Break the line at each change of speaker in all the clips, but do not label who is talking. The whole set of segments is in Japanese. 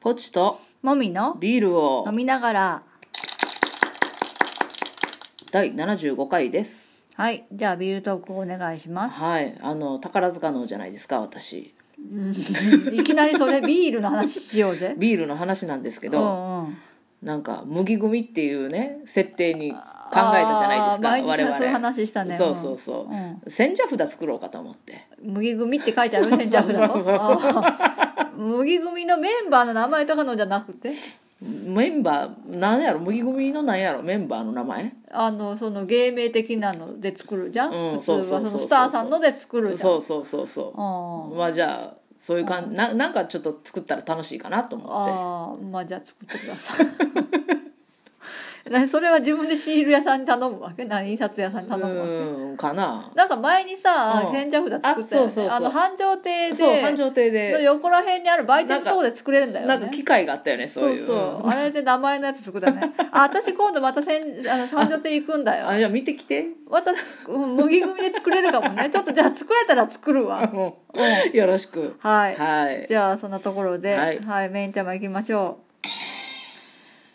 ポチと
もみの
ビールを
飲みながら
第75回です
はいじゃあビールトークお願いします
はいあの宝塚のじゃないですか私
いきなりそれビールの話しようぜ
ビールの話なんですけ
う
ど、
んうん
なんか麦組っていうね設定に考えたじゃないですか
あ
我
ー前に
々
さそういう話したね
そうそうそう、
ん
千社札作ろうかと思って
麦組って書いてあるねじゃあ
そうそう
あー 麦組のメンバーの名前とかのじゃなくて
メンバーなんやろ麦組のなんやろメンバーの名前
あのその芸名的なので作るじゃん、
うん
普通は
そうそうそうそう
のスターさんので作るじゃん
そうそうそうそ
あ
うまあじゃあそういう感じななんかちょっと作ったら楽しいかなと
ー
思って
あーまあじゃあ作ってください なそれは自分でシール屋さんに頼むわけな印刷屋さんに頼むわけ
うんかな
なんか前にさ
うん
賢者札作ったよ、ね、
あそうそうそう
の繁盛亭で
そう繁盛亭
の
で
横ら辺にある売店のとこで作れるんだよね
なんか機会があったよねそう
そ
いうう
そう、
うん
あれで名前のやつ作っ たね。あ、私今度またせん、あの、三条亭行くんだ
あ
よ。
じゃあ見てきて
また、うん麦組で作れるかもね。ちょっとじゃあ作れたら作 るわ。
もうよろしく
はい。
はい
じゃあそんなところで、
はい
メインテーマ行きましょ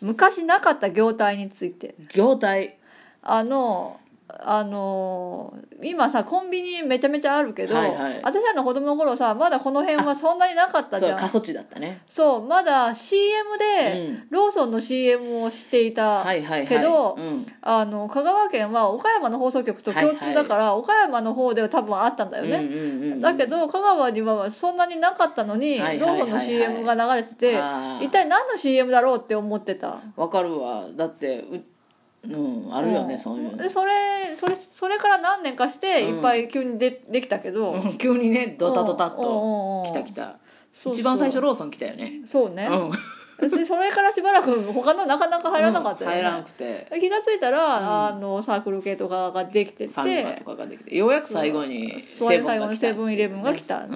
う。昔なかった業態について。
業態
あの、あの今さコンビニめちゃめちゃあるけど、
はいはい
私らの子供の頃さまだこの辺はそんなになかったじ
そ
ゃ
うん過疎地だったね
そうまだ CM で、
うん
ローソンの CM をしていた
はいはいはい
けど
うん
あの香川県は岡山の放送局と共通だから、岡山の方では多分あったんだよ
うん
ね、
うんうんうん
だけど香川にはそんなになかったのに、
はいはいはいはい
ローソンの CM が流れてて
あー
一体何の CM だろうって思ってた
わかるわだってううんあるよね、
ん
そういうの
でそれそれそれから何年かして
うん
いっぱい急にで,、できたけど、
うん急にねドタドタっと
と
来た来た
そうそう
一番最初ローソン来たよね
そうね、
うん
でそれからしばらく他のなかなか入らなかったよね、
入らなくて
気がついたら、あのサークル系とかができて
フ
て
ァミマとかができてようやく最後に
そう
ブン
最後のセブンイレブンが来たね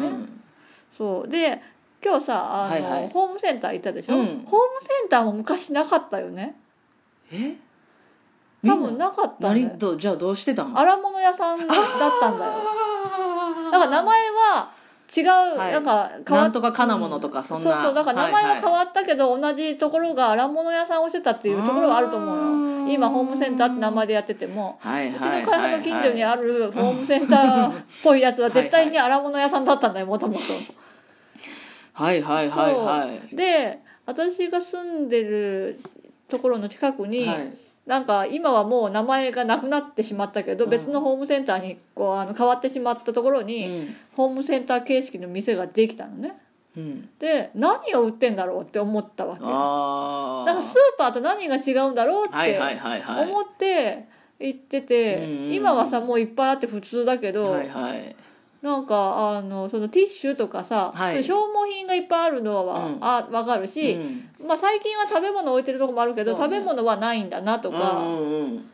そうで今日さあの、
はいはい
ホームセンター行ったでしょ、
うん
ホームセンターも昔なかったよね
え
多分なかったね
何とじゃあどうしてたの
荒物屋さんだったんだよだから名前は違う、
はい
なんか変わ
な
っ
んとか金物とかそんな、
そうそうだから名前は変わったけど、同じところが荒物屋さんをしてたっていうところはあると思
う
う
ーん
よ今ホームセンターって名前でやってても
はいう
ち
はいは
の
い
会社の近所に
はい
あるホームセンターっぽいやつは絶対に荒物屋さんだったんだよもともと。
はいはいはいはい
で私が住んでるところの近くに、
はい
なんか今はもう名前がなくなってしまったけど、
うん
別のホームセンターにこうあの変わってしまったところに、
うん
ホームセンター形式の店ができたのね
うん、
で何を売ってんだろうって思ったわけな
ああ
んかスーパーと何が違うんだろうっ
はい
て
はいはいはい
思って行ってて、
うんうんうん
今はさもういっぱいあって普通だけど、
はいはい
なんかあのそのティッシュとかさ、
はい
そういう消耗品がいっぱいあるのは、
うん
あ分かるし、
うん
まあ、最近は食べ物置いてるとこもあるけ
そ
ど、
う
食
ね
べ物はないんだなと
うん
か
うんうん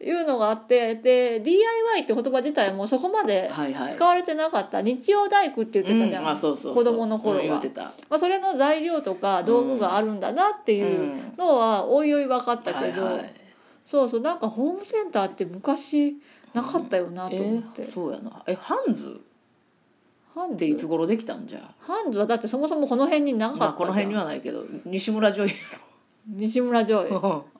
いうのがあってで DIY って言葉自体もそこまで
はいはい
使われてなかった、日曜大工って言ってたじゃん、
うんあそうそうそう
子供の頃は
うん言ってた
まあ、それの材料とか道具があるんだなっていうのはおいおい分かったけど、
はいはい
そうそうなんかホームセンターって昔なかったよなと思って、
えーそうやなえハンズ
ハン
っていつ
ズ
頃できたんじゃ
ハンズはだってそもそもこの辺になかったじ
ま
ゃ
あ
ん
この辺にはないけど西村女優
西村上 映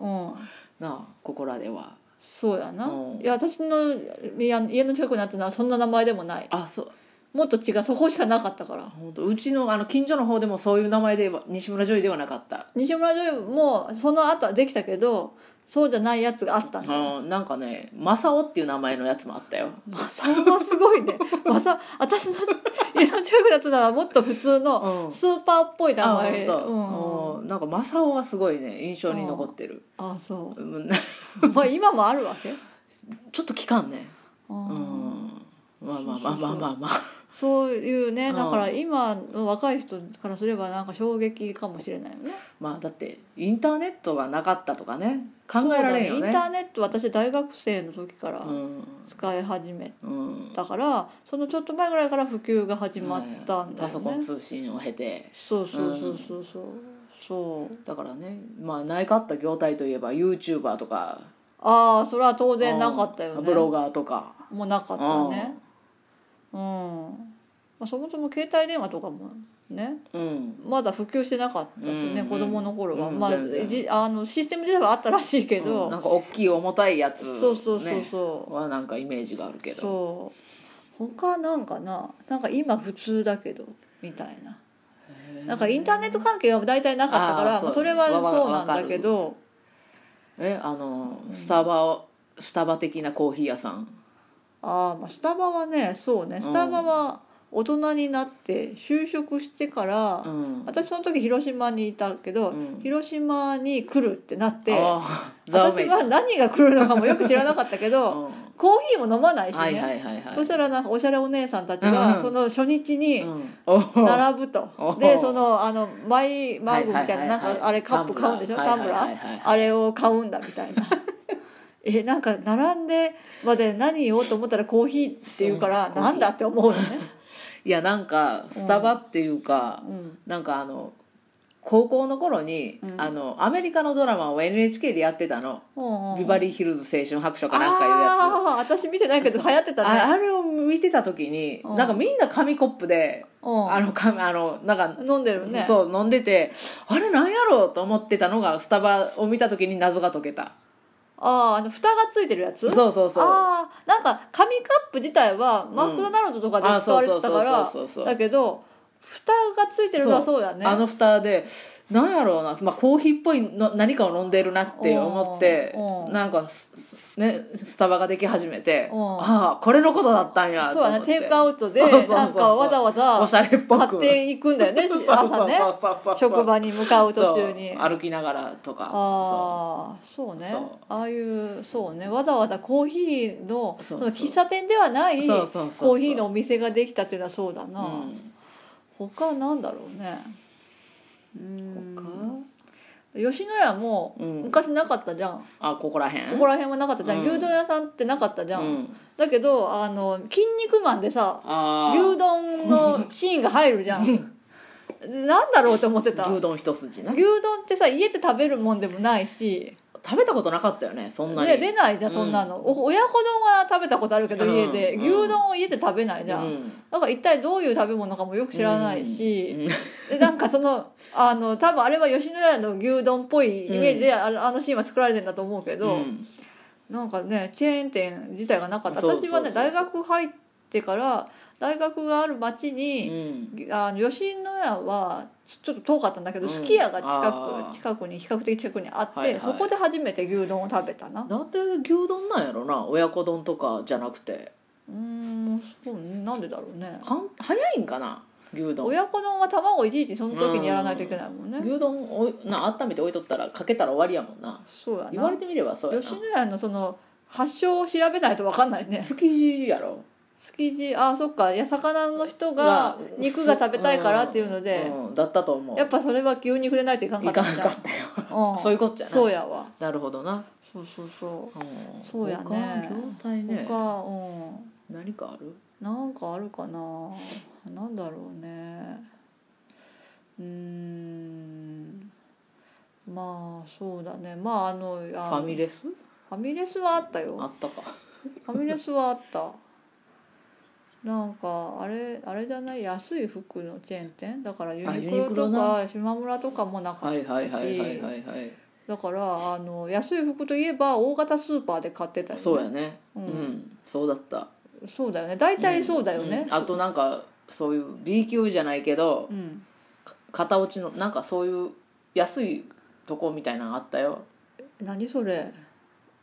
うん
なあここらでは
そうやな、
うん
いや私のいや家の近くにあったのはそんな名前でもない
あそう
もっと違うそこしかなかったから
本当うちのあの近所の方でもそういう名前では西村女優ではなかった
西村女優もその後はできたけどそうじゃないやつがあったんだ
うんなんかね正雄っていう名前のやつもあったよ
マサオはすごい ねマサ私の家の近くだったのはもっと普通
う
の
ん
スーパーっぽい名
あ
前、
本
うん
当、うん、なんか正雄はすごいね印象に残ってる、
あそ
うん、
うまあ今もあるわ け、
ちょっと期間ね
う
うんんまあまあまあまあまあまあ
そういうね
うん
だから今の若い人からすればなんか衝撃かもしれないよね
まあだってインターネットがなかったとかね考えられんよ
そうだ
ね
インターネット私大学生の時から、
うん
使い始め
うん
たからそのちょっと前ぐらいから普及が始まったんだ
パ
よ
ソコン
ね
通信を経て
そうそうそうそうそうそう
だからねまあないかった業態といえば YouTuber とか
ああそれは当然なかったよ
うん
ね
ブロガーとか
もうなかったねうん、まあ、そもそも携帯電話とかもね
うん
まだ普及してなかったですよね、
うん
子供の頃は、
うん
まあ
全然
じあのシステム自体はあったらしいけど、
うんなんか大きい重たいやつ、ね、
そうそうそうそう、
はなんかイメージがあるけど
そう他なんかななんか今普通だけどみたいななんかインターネット関係は大体なかったから
あーそう
まあそれはそうなんだけど
えあのスタバをスタバ的なコーヒー屋さん
ああまあスタバはねそうねスタバは大人になって就職してから、
うん
私その時広島にいたけど、
うん
広島に来るってなって
あーザウメ
私
イ
は何が来るのかもよく知らなかったけ
う
ど、
ん
コーヒーも飲まないしね、
はいはいはいはい
そしたらなんかおしゃれお姉さんたち
うんう
が
ん
その初日に
うんおー
並ぶと、
お
でそのあのマイマグみたいななん
はいはいはい
か
はい
あれカップ買うんでしょタンブラ
はいはいはいはい
ーあれを買うんだみたいな えなんか並んでまで何をと思ったらコーヒーって言うから
うん
なんだって思うよね、
いやなんかスタバっていうか、
うん、
なんかあの高校の頃に、
うん
あのアメリカのドラマを NHK でやってたの「ビバ
リ
リーヒルズ青春白書」かなんかいうやつ
ああ私見てないけど流行ってた
あ
ね
あれを見てた時に、
うん
なんかみんな紙コップで、
うん
あの紙あのなんか
飲んでるね
そう飲んでてあれなんやろうと思ってたのがスタバを見た時に謎が解けた
あああの蓋がついてるやつ
そうそうそう
ああなんか紙カップ自体はマクドナルドとかで使われてたか
うんあそうそうそうそうそうそう
らだけど蓋がついてるのはそうやね
あの蓋でなんやろうな、まあ、コーヒーっぽいの何かを飲んでるなって思って
うんうん
なんかす、すね、スタバができ始めて
うん
ああこれのことだったんやと
そう
思
や
っ
ね
て
テイクアウトで
そうそうそうそう
なんかわざわ
おしゃ
ざ
れっぽ
買
く
っていくんだよ ね
そうそうそ
朝
う
ね
そうそうそう
職場に向かう途中に
そう
あ
歩きながらとか
あーそうね
そう
ああいうそうねわざわざコーヒーの
そ
そうの喫茶店ではない
そう
コ
そうそうそう
ーヒーのお店ができたっていうのはそうだ
そう
な
うん
他なんだろうねう
他
ん吉野家も
うん
昔なかったじゃん、
あここらへん
ここら辺はなかったじゃん、
うん
牛丼屋さんってなかったじゃん、
うん、
だけどあの「筋肉マン」でさ
あー
牛丼のシーンが入るじゃんなんだろうと思ってた
牛
牛
丼一筋な
丼ってさ家で食べるもんでもないし、
食べたことなかったよねそんなに
ね、出ないじゃん
うん
そんなの、お親子丼は食べたことあるけど
うん
家で、
うん
牛丼を家で食べないじゃん、
うん
だから一体どういう食べ物かもよく知らないし、
うん
で なんかそのあの多分あれは吉野家の牛丼っぽいイメージで、あのあのシーンは作られてんだと思うけど、
うん
なんかねチェーン店自体がなかった
そうそうそう
私はね大学入ってから大学がある町
う
に、
ん
あの吉野家はちょちょっと遠かったんだけど、
うん
すき家が
あ
近
ー
く近くに比較的近くにあって、
はいはい
そこで初めて牛丼を食べたな
なんで牛丼なんやろな親子丼とかじゃなくて
うーんそうなんでだろうね
かん早いんかな牛丼
親子丼は卵をいちいちその時にやらないといけないもんね、
牛丼おいな温めて置いとったらかけたら終わりやもんな
そうや
言わ
な
れてみればそうやな
吉野家のその発祥を調べないと分かんないね
築地やろ
築地あそっかいや魚の人が肉が食べたいからっていうので、
うんうんだったと思う
やっぱそれは急に触れないといかん
い
か
か
った
ん
んじゃ
か
ん
ったよ
うん
そういうことじゃない
そうやわ
なるほどな
そうそうそう
うん
そうやね
他業態ね
他うん
何かある
なんかあるかななんだろうねうーんまあそうだねまああの
フ
あ
ァミレス
ファミレスはあった
あ
よ
ったか
ファミレスはあったなんかあれあれじゃない安い服のチェーン店だからユニク
ユニ
ロ
クロ
と
な
かしまむらとかもなかっ
はいは
た
いはいはい
し
はいはい
だからあの安い服といえば大型スーパーで買ってたよね
そうやねう
うん
んそうだった
そうだよね大体そうだよね
んんあとなんかそういう B 級じゃないけど
うん、
型落ちのなんかそういう安いとこみたいなのあったよ
何それ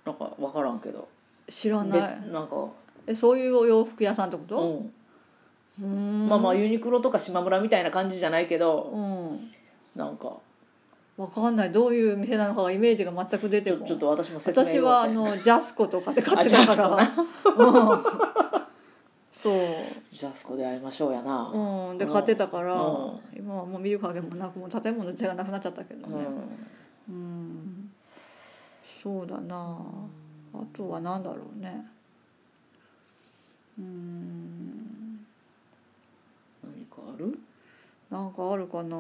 なんか分からんけど
知ら
で
ない
なんか
えそういうお洋服屋さんってこ
う
と
ん
うーん
まあまあユニクロとかしまむらみたいな感じじゃないけど
うん
なんか
わかんないどういう店なのかがイメージが全く出
ち
て
ょ
こない
ちょっと私も説明
私はあ
要請
のジャスコとかで買ってたからうん そう
ジャスコで会いましょうやな
うんで買ってたから、
うん
今はもう見る影もなくもう建物自体がなくなっちゃったけど
う
ね
ん
うん、そうだなあとは何だろうねうん
何かある
なんかあるかな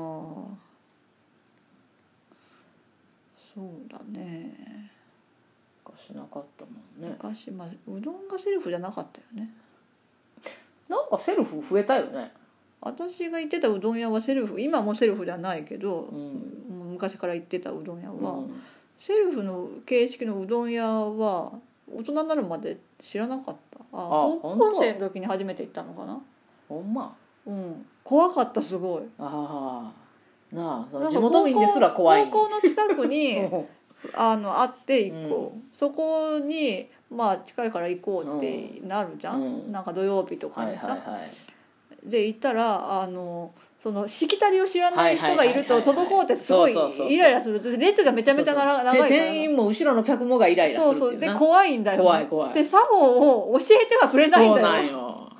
そうだね
昔なかったもんね
昔、まあ、うどんがセルフじゃなかったよね
なんかセルフ増えたよね
私が行ってたうどん屋はセルフ今もセルフではないけど
う、ん
もう昔から行ってたうどん屋は、
うん
セルフの形式のうどん屋は大人になるまで知らなかったあ高
ほん
校
と
生の時に初めて行ったのかな
ほんま
うん怖かったすごい
ああなあそ
な
の
ん
地
か
元民ですら怖い
高校の近く
う
に
ん
あのあって一個、そこにまあ近いから行こうってなるじゃん、
うん
なんか土曜日とか
はいはい
にさ、
はい
で行ったらあのそのしきたりを知らない人がいると
はいはいはいはい
滞ってすごい
そうそうそうそう
イライラするで列がめちゃめちゃ長長い
で
から
店員も後ろの客もがイライラす
そ
る
う
って
そ
いうう
で
な
怖いんだよ
怖い怖い
で作法を教えてはくれないん
そうな
だ
ん
よ
よ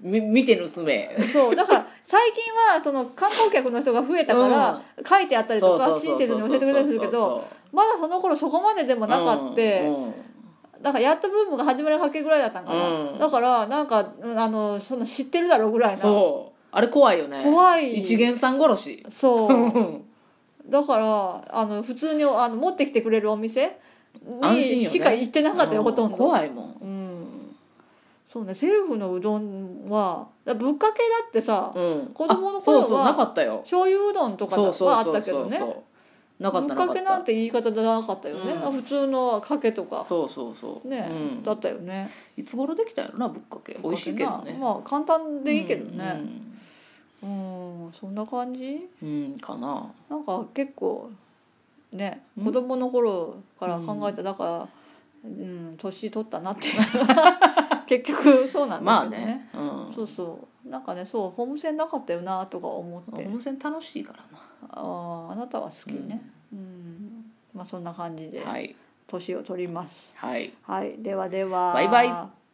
み見て盗め
そうだから最近はその観光客の人が増えたから、書いてあったりとか親切に教えてくれたりするけどまだその頃そこまででもなかって、
うんうん
だからやっとブームが始まりかけぐらいだったんかな、
うん
だからなんかうんあのその知ってるだろうぐらいな
そうあれ怖いよね
怖い
一元さん殺し
そう
う
だからあの普通にあの持ってきてくれるお店
安心よ
に
ね
しか行ってなかったよ、
ん
ほとんど
怖いもん
うんそうねセルフのうどんはだぶっかけだってさ、
うん
子供の
あそう
頃
そう
は
なかったよ
醤油うどんとか
そうそう
はあ
そ
っ
う
たけ
そ
ど
う
ね
そうなかった
ぶっ
な
か
かっ
けなん
た
て言い方じゃなかったよね、
うん
普通のかけとか
そうそうそう
ね、
うん
だったよね
いつ頃できたやろなぶっかけ美味しいけどね
まあ簡単でいいけどね
うん
うん、そんな感じ
うんうんかな
なんか結構ね
うん
子供の頃から考えただからうん年取ったな って結局そうなん
ま
だ
あ
けどね,、
ねうん
そうそうなんかねそうホームセンなかったよなとか思って
温泉楽しいからな
あーあなたは好きねうん、まあそんな感じで
はい
年を取ります
はい
はい、ではでは
バイバイ